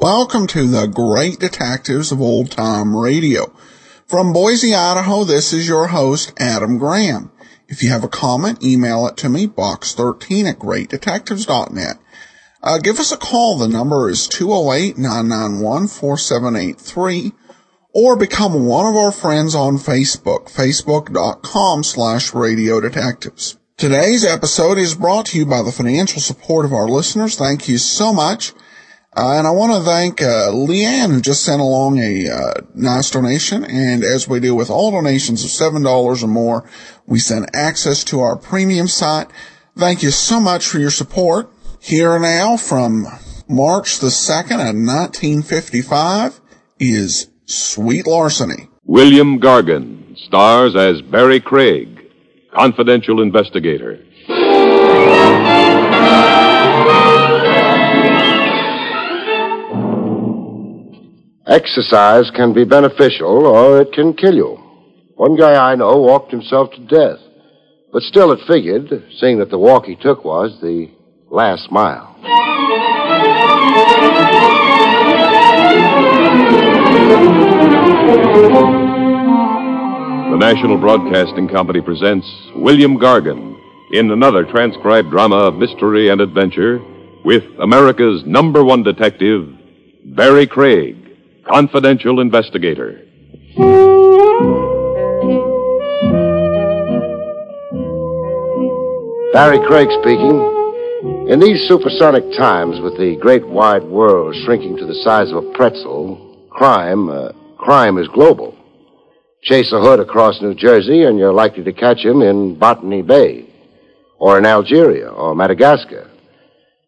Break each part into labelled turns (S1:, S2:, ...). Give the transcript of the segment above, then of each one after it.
S1: Welcome to the Great Detectives of Old Time Radio. From Boise, Idaho, this is your host, Adam Graham. If you have a comment, email it to me, box13 at greatdetectives.net. Uh, give us a call. The number is 208-991-4783 or become one of our friends on Facebook, facebook.com slash radio detectives. Today's episode is brought to you by the financial support of our listeners. Thank you so much. Uh, and I want to thank uh, Leanne, who just sent along a uh, nice donation. And as we do with all donations of $7 or more, we send access to our premium site. Thank you so much for your support. Here now from March the 2nd of 1955 is Sweet Larceny.
S2: William Gargan stars as Barry Craig, confidential investigator.
S3: Exercise can be beneficial or it can kill you. One guy I know walked himself to death. But still, it figured, seeing that the walk he took was the last mile.
S2: The National Broadcasting Company presents William Gargan in another transcribed drama of mystery and adventure with America's number one detective, Barry Craig, confidential investigator.
S3: Barry Craig speaking. In these supersonic times, with the great wide world shrinking to the size of a pretzel, crime, uh, crime is global. Chase a hood across New Jersey, and you're likely to catch him in Botany Bay, or in Algeria, or Madagascar.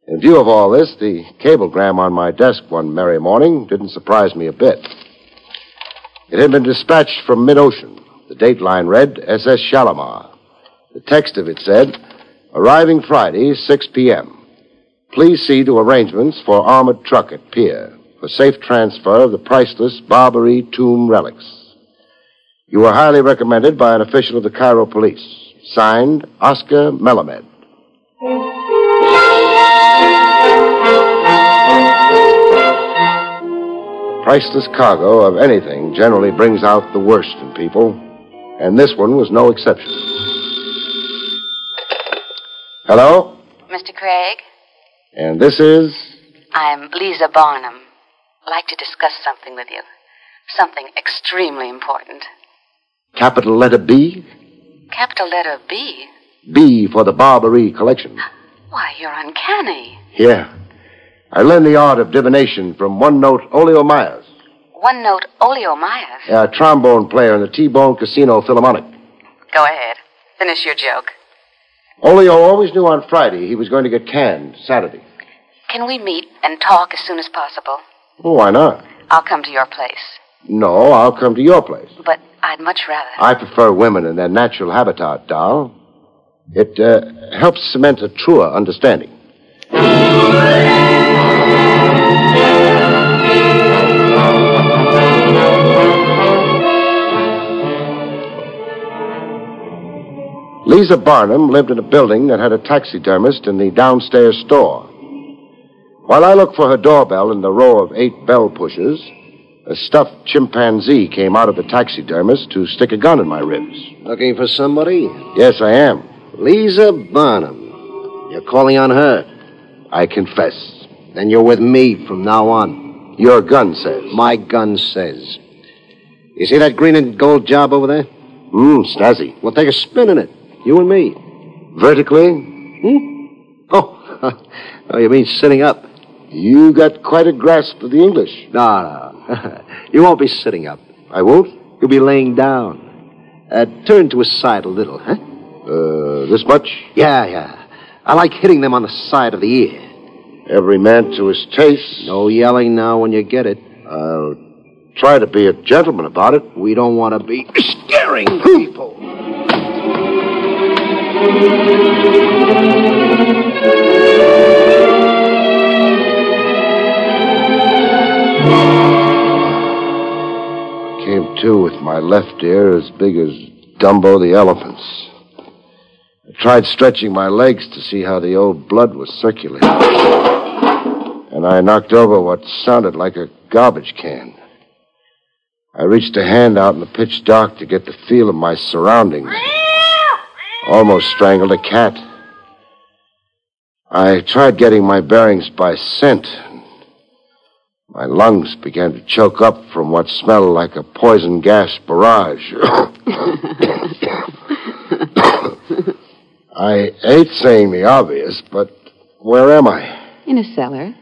S3: In view of all this, the cablegram on my desk one merry morning didn't surprise me a bit. It had been dispatched from mid ocean. The date line read SS Shalimar. The text of it said, Arriving Friday, 6 p.m. Please see to arrangements for armored truck at pier for safe transfer of the priceless Barbary tomb relics. You are highly recommended by an official of the Cairo police. Signed, Oscar Melamed. Priceless cargo of anything generally brings out the worst in people, and this one was no exception. Hello?
S4: Mr. Craig,
S3: And this is.
S4: I'm Lisa Barnum. I'd like to discuss something with you. Something extremely important.
S3: Capital letter B?
S4: Capital letter B?
S3: B for the Barbary collection.
S4: Why, you're uncanny.
S3: Yeah. I learned the art of divination from one note Olio Myers,
S4: One note Olio Myers.
S3: a trombone player in the T Bone Casino Philharmonic.
S4: Go ahead. Finish your joke.
S3: Olio always knew on Friday he was going to get canned Saturday.
S4: Can we meet and talk as soon as possible?
S3: Well, why not?
S4: I'll come to your place.
S3: No, I'll come to your place.
S4: But I'd much rather.
S3: I prefer women in their natural habitat, doll. It uh, helps cement a truer understanding. Lisa Barnum lived in a building that had a taxidermist in the downstairs store. While I looked for her doorbell in the row of eight bell pushers, a stuffed chimpanzee came out of the taxidermist to stick a gun in my ribs.
S5: Looking for somebody?
S3: Yes, I am.
S5: Lisa Barnum. You're calling on her.
S3: I confess.
S5: Then you're with me from now on.
S3: Your gun says.
S5: My gun says. You see that green and gold job over there?
S3: Mmm, snazzy.
S5: We'll take a spin in it. You and me. Hmm?
S3: Vertically,
S5: Oh, oh you mean sitting up?
S3: you got quite a grasp of the English.
S5: No, no. you won't be sitting up.
S3: I won't?
S5: You'll be laying down. Uh, turn to a side a little, huh?
S3: Uh, this much?
S5: Yeah, yeah. I like hitting them on the side of the ear.
S3: Every man to his taste.
S5: No yelling now when you get it.
S3: I'll try to be a gentleman about it. We don't want to be scaring people. Came to with my left ear as big as Dumbo the elephant's. I tried stretching my legs to see how the old blood was circulating. And I knocked over what sounded like a garbage can. I reached a hand out in the pitch dark to get the feel of my surroundings. Almost strangled a cat. I tried getting my bearings by scent. My lungs began to choke up from what smelled like a poison gas barrage. I hate saying the obvious, but where am I?
S6: In a cellar,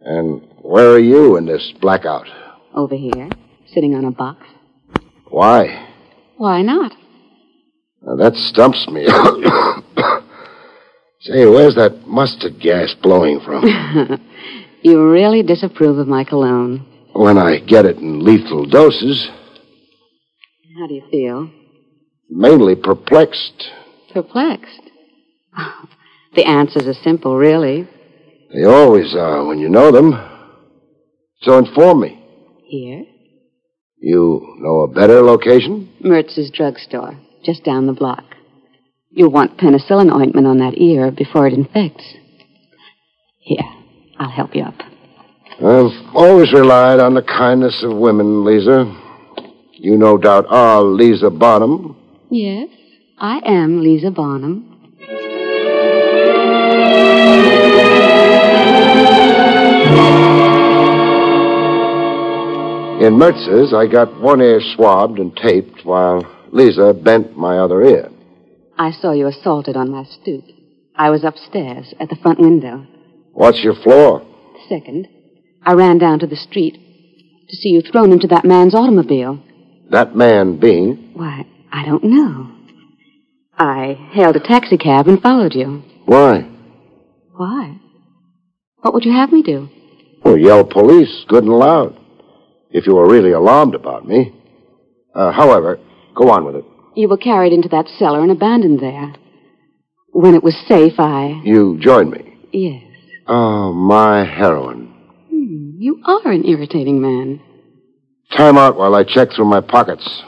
S3: And where are you in this blackout?
S6: over here, sitting on a box.
S3: Why?
S6: Why not?
S3: Now, that stumps me. Say, where's that mustard gas blowing from?
S6: You really disapprove of my cologne.
S3: when I get it in lethal doses,
S6: How do you feel?
S3: mainly perplexed.
S6: Perplexed. the answers are simple, really.
S3: They always are when you know them. So inform me.
S6: Here?
S3: You know a better location?
S6: Mertz's drugstore, just down the block. You'll want penicillin ointment on that ear before it infects. Here, I'll help you up.
S3: I've always relied on the kindness of women, Lisa. You no doubt are Lisa Bottom.
S6: Yes, I am Lisa Bonham.
S3: In Mertz's, I got one ear swabbed and taped while Lisa bent my other ear.
S6: I saw you assaulted on my stoop. I was upstairs at the front window.
S3: What's your floor?
S6: Second, I ran down to the street to see you thrown into that man's automobile.
S3: That man being?
S6: Why, I don't know. I hailed a taxicab and followed you.
S3: Why?
S6: Why? What would you have me do?
S3: Well, yell police, good and loud. If you were really alarmed about me. Uh, however, go on with it.
S6: You were carried into that cellar and abandoned there. When it was safe, I.
S3: You join me.
S6: Yes.
S3: Oh, my heroine.
S6: Hmm, You are an irritating man.
S3: Time out while I check through my pockets.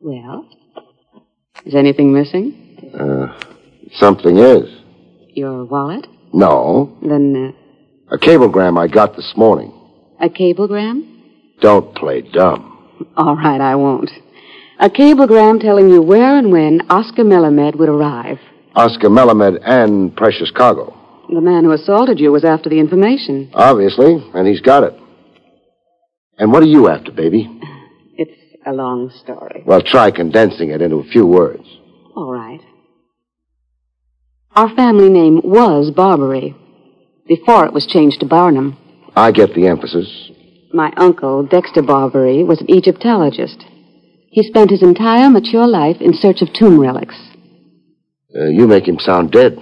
S6: Well? Is anything missing?
S3: Uh, something is.
S6: Your wallet?
S3: No.
S6: Then
S3: A cablegram I got this morning.
S6: uh, a cablegram?
S3: Don't play dumb.
S6: All right, I won't. A cablegram telling you where and when Oscar Melamed would arrive.
S3: Oscar Melamed and Precious Cargo.
S6: The man who assaulted you was after the information.
S3: Obviously, and he's got it. And what are you after, baby?
S6: It's a long story.
S3: Well, try condensing it into a few words.
S6: All right. Our family name was Barbary before it was changed to Barnum.
S3: I get the emphasis.
S6: My uncle, Dexter Barbary, was an Egyptologist. He spent his entire mature life in search of tomb relics.
S3: Uh, you make him sound dead.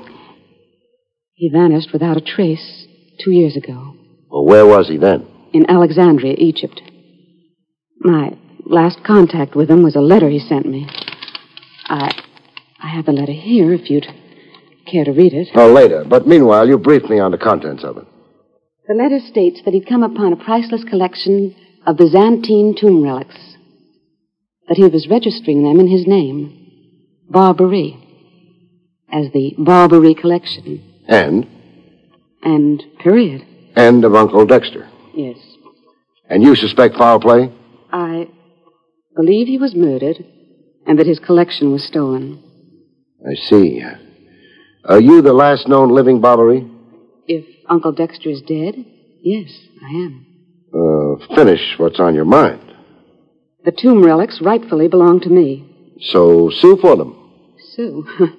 S6: He vanished without a trace two years ago
S3: Well, where was he then?
S6: in Alexandria, Egypt. My last contact with him was a letter he sent me. I, I have the letter here if you'd care to read it.
S3: Oh, later. But meanwhile, you brief me on the contents of it.
S6: The letter states that he'd come upon a priceless collection of Byzantine tomb relics, that he was registering them in his name, Barbary, as the Barbary collection,
S3: And?
S6: and period.
S3: And of Uncle Dexter.
S6: Yes.
S3: And you suspect foul play?
S6: I believe he was murdered and that his collection was stolen.
S3: I see. Are you the last known living Barbary?
S6: If Uncle Dexter is dead, yes, I am.
S3: Uh, finish what's on your mind.
S6: The tomb relics rightfully belong to me.
S3: So sue for them.
S6: Sue.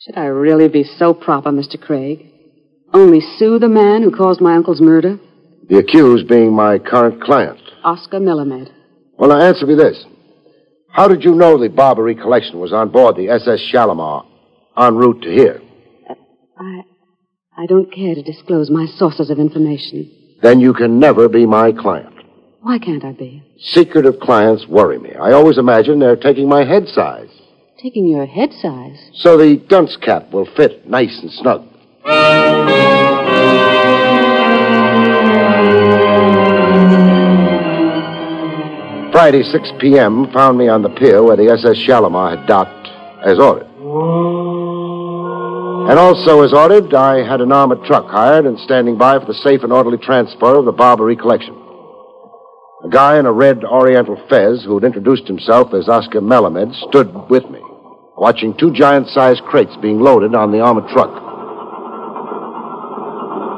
S6: Should I really be so proper, Mr. Craig? Only sue the man who caused my uncle's murder?
S3: The accused being my current client.
S6: Oscar Melamed.
S3: Well, now answer me this. How did you know the Barbary collection was on board the SS Shalimar en route to here?
S6: I. I don't care to disclose my sources of information.
S3: then you can never be my client.
S6: Why can't I be?
S3: Secretive clients worry me. I always imagine they're taking my head size.
S6: Taking your head size.
S3: So the dunce cap will fit nice and snug. Friday, 6 p.m., found me on the pier where the SS Shalimar had docked as ordered. And also as ordered, I had an armored truck hired and standing by for the safe and orderly transfer of the Barbary collection. A guy in a red oriental fez who had introduced himself as Oscar Melamed stood with me, watching two giant-sized crates being loaded on the armored truck.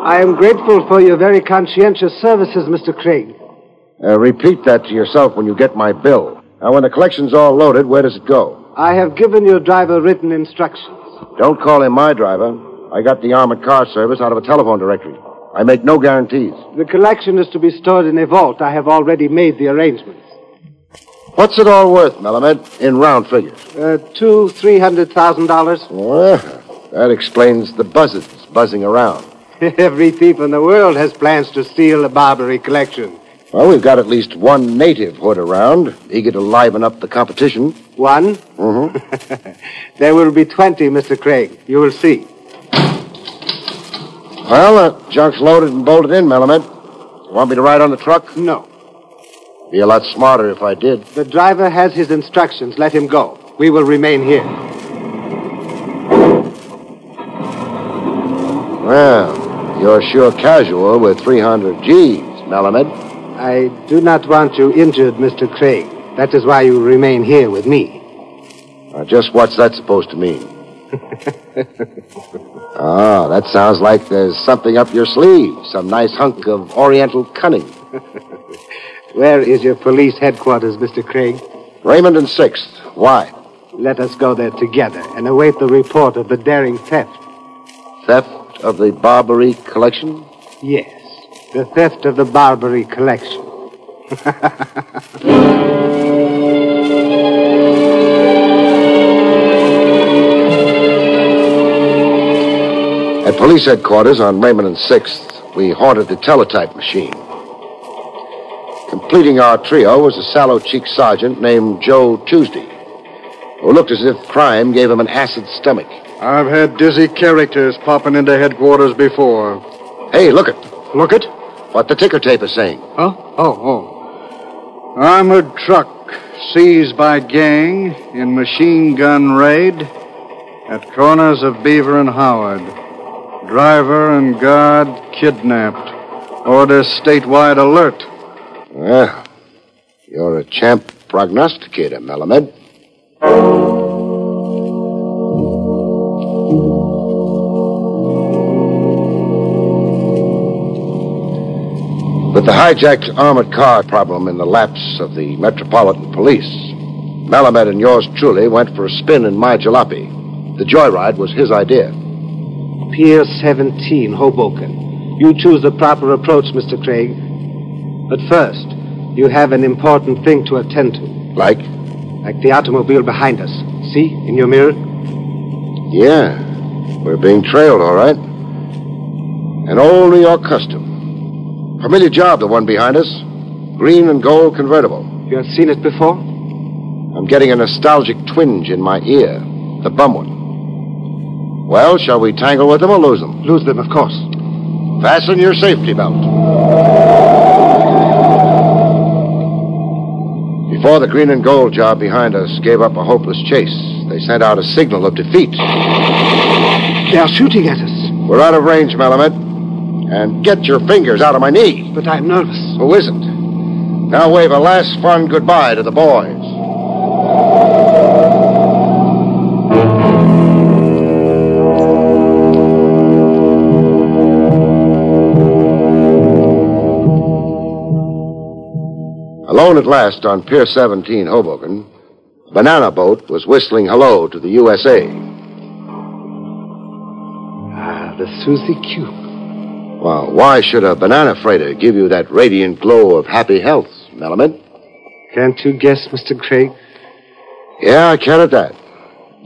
S7: I am grateful for your very conscientious services, Mr. Craig.
S3: Uh, repeat that to yourself when you get my bill. Now, when the collection's all loaded, where does it go?
S7: I have given your driver written instructions.
S3: Don't call him my driver. I got the armored car service out of a telephone directory. I make no guarantees.
S7: The collection is to be stored in a vault. I have already made the arrangements.
S3: What's it all worth, Melamed, in round figures?
S7: Uh, two, three hundred thousand dollars.
S3: Well, that explains the buzzards buzzing around.
S7: Every thief in the world has plans to steal the Barbary collection.
S3: Well, we've got at least one native hood around, eager to liven up the competition.
S7: One? Mm-hmm. there will be twenty, Mr. Craig. You will see.
S3: Well, uh, junk's loaded and bolted in, Melamed. Want me to ride on the truck?
S7: No.
S3: Be a lot smarter if I did.
S7: The driver has his instructions. Let him go. We will remain here.
S3: Well, you're sure casual with 300 G's, Melamed.
S7: I do not want you injured, Mr. Craig. That is why you remain here with me.
S3: Now, just what's that supposed to mean? ah, that sounds like there's something up your sleeve. Some nice hunk of oriental cunning.
S7: Where is your police headquarters, Mr. Craig?
S3: Raymond and Sixth. Why?
S7: Let us go there together and await the report of the daring theft.
S3: Theft of the Barbary collection?
S7: Yes, the theft of the Barbary collection.
S3: At police headquarters on Raymond and 6th, we haunted the teletype machine. Completing our trio was a sallow cheeked sergeant named Joe Tuesday, who looked as if crime gave him an acid stomach.
S8: I've had dizzy characters popping into headquarters before.
S3: Hey, look it.
S8: Look it.
S3: What the ticker tape is saying.
S8: Huh? Oh, oh. Armored truck seized by gang in machine gun raid at corners of Beaver and Howard. Driver and guard kidnapped. Order statewide alert.
S3: Well, you're a champ prognosticator, Melamed. With the hijacked armored car problem in the laps of the Metropolitan Police, Melamed and yours truly went for a spin in my jalopy. The joyride was his idea.
S7: Pier 17, Hoboken. You choose the proper approach, Mr. Craig. But first, you have an important thing to attend to,
S3: Like?
S7: like the automobile behind us. See, in your mirror?
S3: Yeah, we're being trailed, all right. And only your custom. Familiar job, the one behind us. Green and gold convertible.
S7: You have seen it before?
S3: I'm getting a nostalgic twinge in my ear. The bum one. Well, shall we tangle with them or lose them?
S7: Lose them, of course.
S3: Fasten your safety belt. Before the green and gold job behind us gave up a hopeless chase, they sent out a signal of defeat.
S7: They are shooting at us,
S3: We're out of range, Melamed. And get your fingers out of my knee.
S7: but I'm nervous.
S3: Who isn't? Now wave a last fond goodbye to the boys. Alone at last on Pier 17, Hoboken, a banana boat was whistling hello to the USA.
S7: Ah, the Susie Q.
S3: Well, why should a banana freighter give you that radiant glow of happy health, Melamed?
S7: Can't you guess, Mr. Craig?
S3: Yeah, I can at that.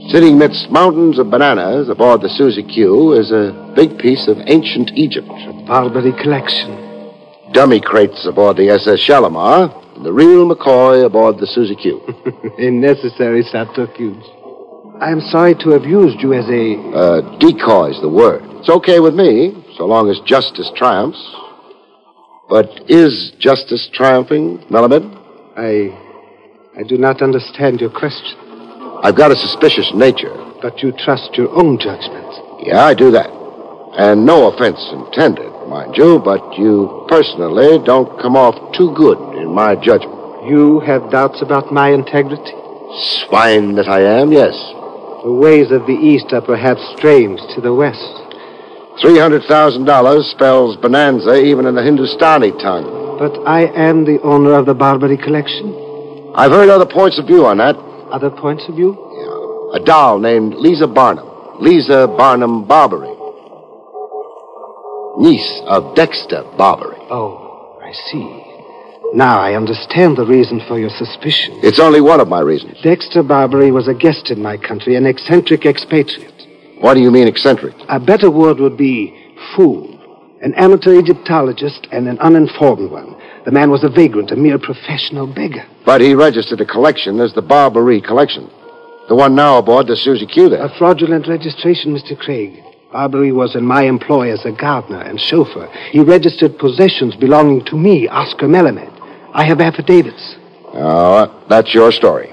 S3: Sitting midst mountains of bananas aboard the Susie Q is a big piece of ancient Egypt.
S7: Barbary collection.
S3: dummy crates aboard the SS Shalimar and the real McCoy aboard the Susie Q.
S7: A necessary subterfuge. I am sorry to have used you as a.
S3: Uh, decoy's the word. It's okay with me, so long as justice triumphs. But is justice triumphing, Melamed?
S7: I. I do not understand your question,
S3: I've got a suspicious nature.
S7: but you trust your own judgment.
S3: Yeah, I do that. And no offense intended, mind you, but you personally don't come off too good in my judgment.
S7: You have doubts about my integrity?
S3: Swine that I am, yes.
S7: The ways of the East are perhaps strange to the West,
S3: $300,000 spells bonanza even in the Hindustani tongue.
S7: but I am the owner of the Barbary collection.
S3: I've heard other points of view on that.
S7: Other points of view?
S3: A doll named Lisa Barnum. Lisa Barnum Barbary. Niece of Dexter Barbary.
S7: Oh, I see. Now I understand the reason for your suspicion.
S3: It's only one of my reasons.
S7: Dexter Barbary was a guest in my country, an eccentric expatriate.
S3: What do you mean eccentric?
S7: A better word would be fool, an amateur Egyptologist and an uninformed one. The man was a vagrant, a mere professional beggar.
S3: But he registered a collection as the Barbary collection. The one now aboard the Susie Q there.
S7: A fraudulent registration, Mr. Craig. Barbary was in my employ as a gardener and chauffeur. He registered possessions belonging to me, Oscar Melamed. I have affidavits.
S3: Oh, that's your story.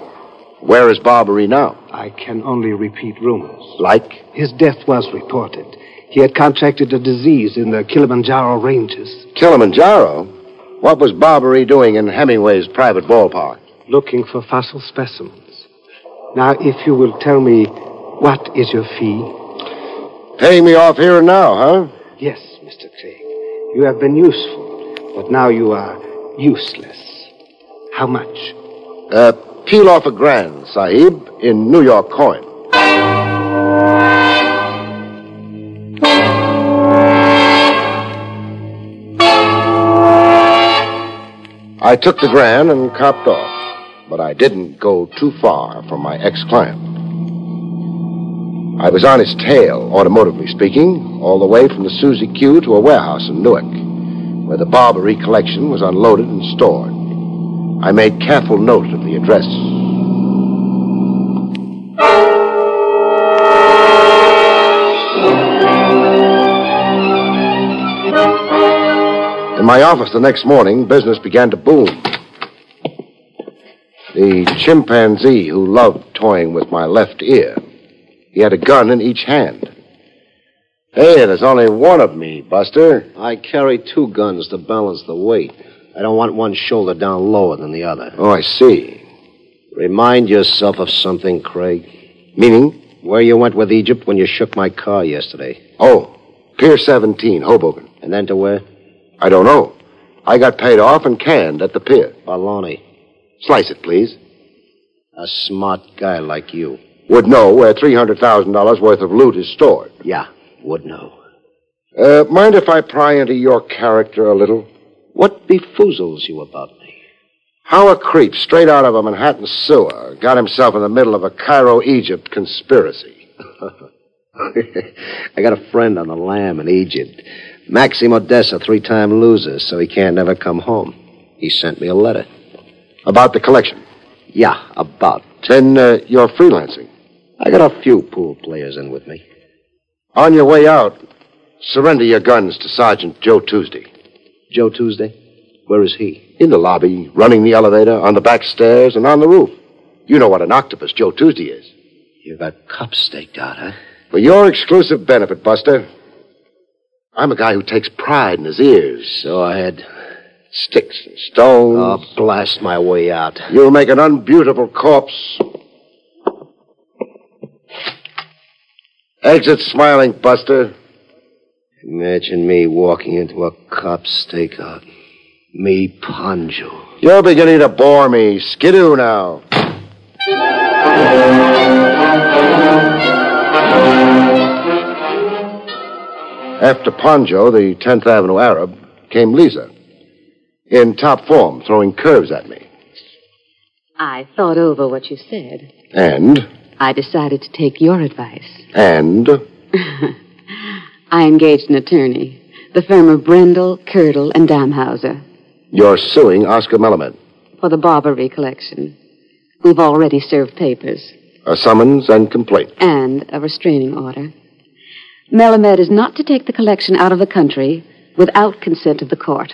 S3: Where is Barbary now?
S7: I can only repeat rumors.
S3: Like?
S7: His death was reported. He had contracted a disease in the Kilimanjaro ranges,
S3: Kilimanjaro? What was Barbary doing in Hemingway's private ballpark?
S7: looking for fossil specimens. Now, if you will tell me, what is your fee?
S3: Paying me off here and now, huh?
S7: Yes, Mr. Craig. You have been useful, but now you are useless. How much?
S3: Uh, peel off a grand, Sahib, in New York coin. I took the grand and copped off, but I didn't go too far from my ex client. I was on his tail, automotively speaking, all the way from the Susie Q to a warehouse in Newark, where the Barbary collection was unloaded and stored. I made careful note of the address. In my office the next morning, business began to boom. The chimpanzee who loved toying with my left ear, he had a gun in each hand. Hey, there's only one of me, Buster.
S5: I carry two guns to balance the weight. I don't want one shoulder down lower than the other.
S3: Oh, I see.
S5: Remind yourself of something, Craig.
S3: Meaning?
S5: Where you went with Egypt when you shook my car yesterday.
S3: Oh, Pier 17, Hoboken.
S5: And then to where?
S3: I don't know. I got paid off and canned at the pier.
S5: Baloney.
S3: Slice it, please.
S5: A smart guy like you.
S3: Would know where $300,000 worth of loot is stored.
S5: Yeah, would know.
S3: Uh, mind if I pry into your character a little?
S5: What befoozles you about me?
S3: How a creep straight out of a Manhattan sewer got himself in the middle of a Cairo, Egypt conspiracy.
S5: I got a friend on the lam in Egypt. Maxim Odessa, three-time loser, so he can't never come home. He sent me a letter.
S3: About the collection.
S5: Yeah, about.
S3: Then uh, you're freelancing.
S5: I got a few pool players in with me.
S3: On your way out, surrender your guns to Sergeant Joe Tuesday.
S5: Joe Tuesday? Where is he?
S3: In the lobby, running the elevator, on the back stairs, and on the roof. You know what an octopus Joe Tuesday is.
S5: You got cups staked out, huh?
S3: For your exclusive benefit, Buster, I'm a guy who takes pride in his ears.
S5: So I had.
S3: Sticks and stones.
S5: Oh, blast my way out.
S3: You'll make an unbeautiful corpse. Exit smiling, Buster.
S5: Imagine me walking into a cop stakeout. Me, Ponjo.
S3: You're beginning to bore me. Skidoo now. After Ponjo, the 10th Avenue Arab, came Lisa. In top form, throwing curves at me.
S6: I thought over what you said.
S3: And,
S6: I decided to take your advice.
S3: and,
S6: I engaged an attorney the firm of Brendel, Curdle, and Damhauser,
S3: You're suing Oscar Melamed.
S6: for the Barbary collection. We've already served papers
S3: A summons and complaint.
S6: and a restraining order. Melamed is not to take the collection out of the country without consent of the court.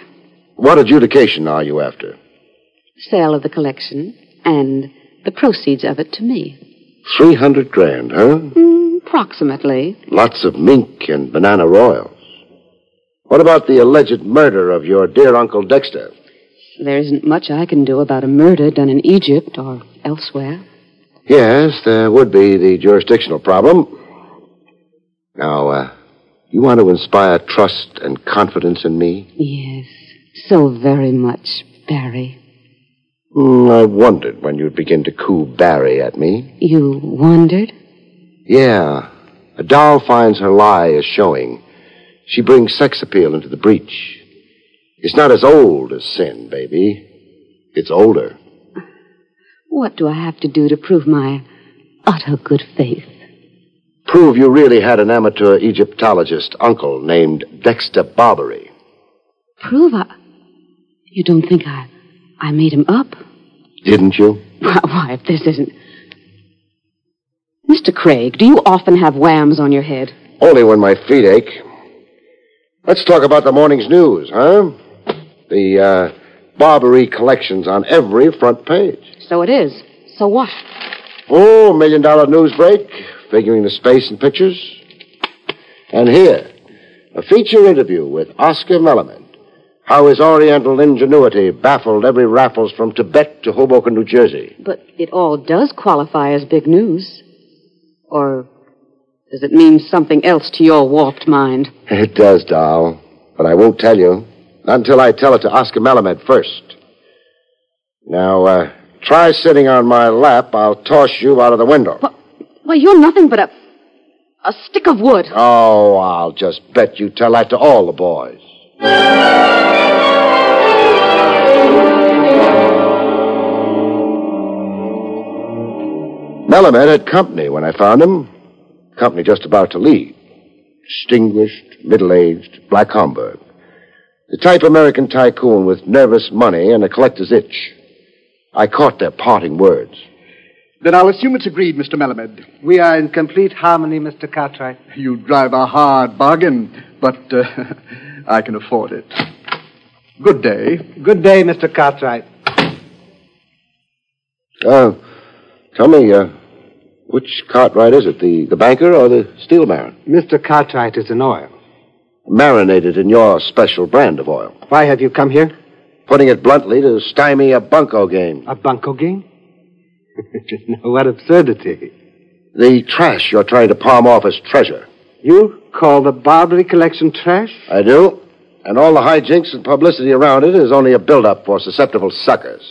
S3: What adjudication are you after?
S6: Sale of the collection and the proceeds of it to me.
S3: Three hundred grand, huh?
S6: Mm, approximately.
S3: Lots of mink and banana royals. What about the alleged murder of your dear Uncle Dexter?
S6: There isn't much I can do about a murder done in Egypt or elsewhere.
S3: Yes, there would be the jurisdictional problem. Now, uh, you want to inspire trust and confidence in me?
S6: Yes, so very much, Barry.
S3: Hmm, I wondered when you'd begin to coo Barry at me.
S6: You wondered?
S3: Yeah, a doll finds her lie is showing. She brings sex appeal into the breach. It's not as old as sin, baby. It's older.
S6: What do I have to do to prove my utter good faith?
S3: prove you really had an amateur Egyptologist uncle named Dexter Barbary.
S6: Prove I. You don't think I. I made him up?
S3: Didn't you?
S6: Why, why, if this isn't. Mr. Craig, do you often have whams on your head?
S3: Only when my feet ache. Let's talk about the morning's news, huh? The uh, Barbary collections on every front page.
S6: So it is. So what?
S3: Oh, million dollar news break, figuring the space and pictures. And here, a feature interview with Oscar Melamed. How his oriental ingenuity baffled every Raffles from Tibet to Hoboken, New Jersey.
S6: But it all does qualify as big news. Or does it mean something else to your warped mind?
S3: It does, doll. But I won't tell you. Not until I tell it to Oscar Malamed first. Now, uh, try sitting on my lap. I'll toss you out of the window.
S6: Why, you're nothing but a. a stick of wood.
S3: Oh, I'll just bet you tell that to all the boys. Melamed had company when I found him. Company just about to leave. Distinguished, middle aged, black Homburg. The type American tycoon with nervous money and a collector's itch. I caught their parting words.
S9: Then I'll assume it's agreed, Mr. Melamed.
S7: We are in complete harmony, Mr. Cartwright.
S9: You drive a hard bargain, but uh, I can afford it. Good day.
S7: Good day, Mr. Cartwright.
S3: Uh, tell me, uh, which Cartwright is it? The, the banker or the steel baron?
S7: Mr. Cartwright is in oil.
S3: Marinated in your special brand of oil.
S7: Why have you come here?
S3: Putting it bluntly, to stymie a bunco game.
S7: A bunco game? no, what absurdity.
S3: The trash you're trying to palm off as treasure.
S7: You call the Barbary collection trash?
S3: I do. And all the hijinks and publicity around it is only a build-up for susceptible suckers.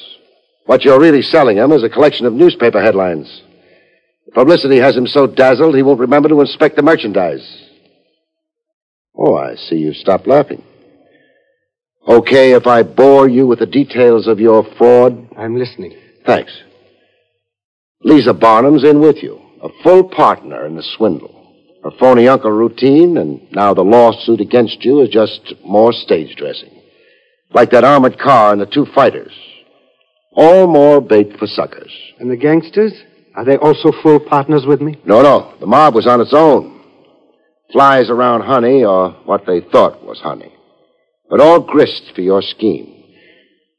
S3: What you're really selling him is a collection of newspaper headlines. Publicity has him so dazzled he won't remember to inspect the merchandise. Oh, I see you stopped laughing. Okay, if I bore you with the details of your fraud,
S7: I'm listening.
S3: thanks. Lisa Barnum's in with you, a full partner in the swindle. Her phony uncle routine, and now the lawsuit against you is just more stage dressing. Like that armored car and the two fighters. All more bait for suckers.
S7: And the gangsters? Are they also full partners with me?
S3: No, no, the mob was on its own. Flies around honey, or what they thought was honey. But all grist for your scheme.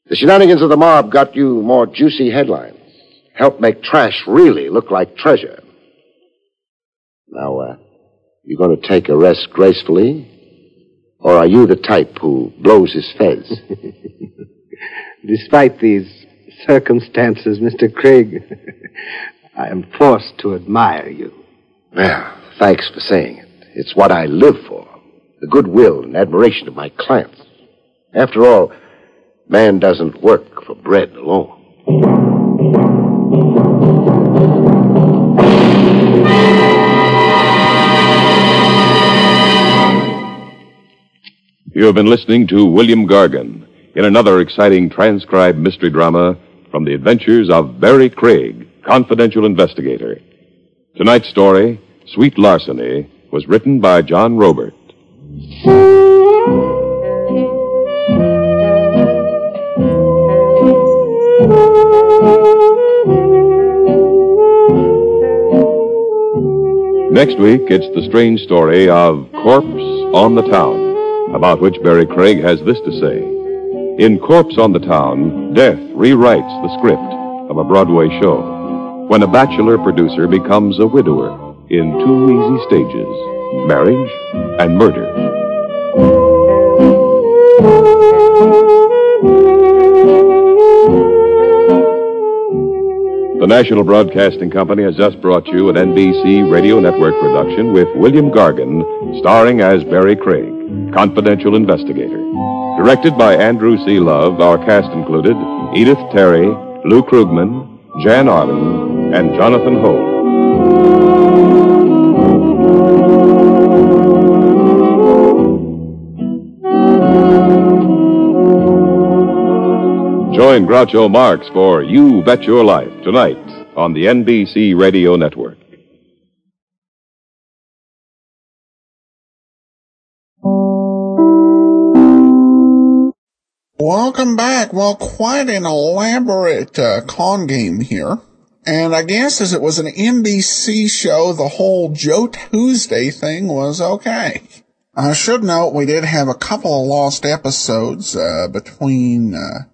S3: The shenanigans of the mob got you more juicy headlines. Helped make trash really look like treasure. Now, uh, you gonna take a rest gracefully? Or are you the type who blows his fez?
S7: Despite these circumstances, Mr. Craig, I am forced to admire you.
S3: well, thanks for saying it. It's what I live for. The goodwill and admiration of my clients. After all, man doesn't work for bread alone.
S2: You have been listening to William Gargan in another exciting transcribed mystery drama from the adventures of Barry Craig, confidential investigator. Tonight's story, Sweet Larceny, was written by John Robert. Next week, it's the strange story of Corpse on the Town, about which Barry Craig has this to say. In Corpse on the Town, death rewrites the script of a Broadway show when a bachelor producer becomes a widower in two easy stages marriage and murder. The National Broadcasting Company has just brought you an NBC Radio Network production with William Gargan, starring as Barry Craig, confidential investigator. Directed by Andrew C. Love, our cast included Edith Terry, Lou Krugman, Jan Arden, and Jonathan Ho. Join Groucho Marx for You Bet Your Life tonight on the NBC Radio Network.
S1: Welcome back. Well, quite an elaborate uh, con game here. And I guess as it was an NBC show, the whole Joe Tuesday thing was okay. I should note we did have a couple of lost episodes uh, between uh,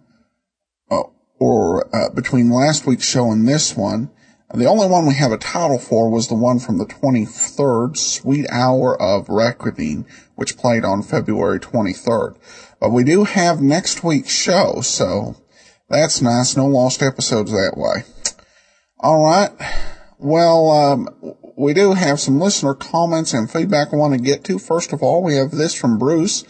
S1: or uh, between last week's show and this one. The only one we have a title for was the one from the 23rd, Sweet Hour of Reckoning, which played on February 23rd. But we do have next week's show, so that's nice. No lost episodes that way. All right. Well, um, we do have some listener comments and feedback I want to get to. First of all, we have this from Bruce.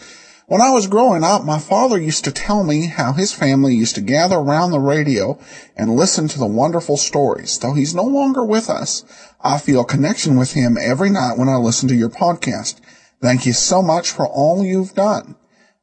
S1: When I was growing up, my father used to tell me how his family used to gather around the radio and listen to the wonderful stories. Though he's no longer with us, I feel connection with him every night when I listen to your podcast. Thank you so much for all you've done.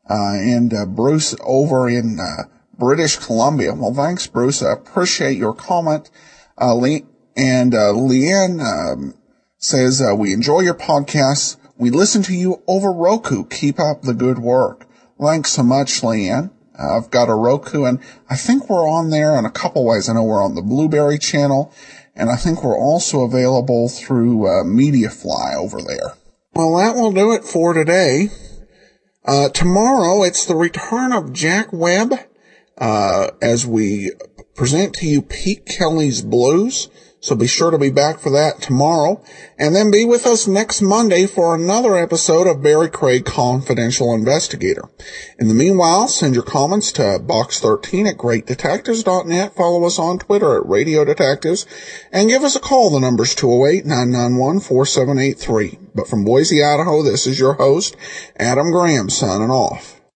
S1: Uh, and uh, Bruce over in uh, British Columbia. Well, thanks, Bruce. I appreciate your comment. Uh, Le- and uh, Leanne um, says, we enjoy your podcasts. We listen to you over Roku. Keep up the good work. Thanks so much, Leanne. Uh, I've got a Roku and I think we're on there in a couple ways. I know we're on the Blueberry channel and I think we're also available through uh, MediaFly over there. Well, that will do it for today. Uh, tomorrow it's the return of Jack Webb, uh, as we present to you Pete Kelly's Blues. So be sure to be back for that tomorrow. And then be with us next Monday for another episode of Barry Craig Confidential Investigator. In the meanwhile, send your comments to box13 at greatdetectives.net. Follow us on Twitter at Radio Detectives and give us a call. The number's 208-991-4783. But from Boise, Idaho, this is your host, Adam Graham, signing off.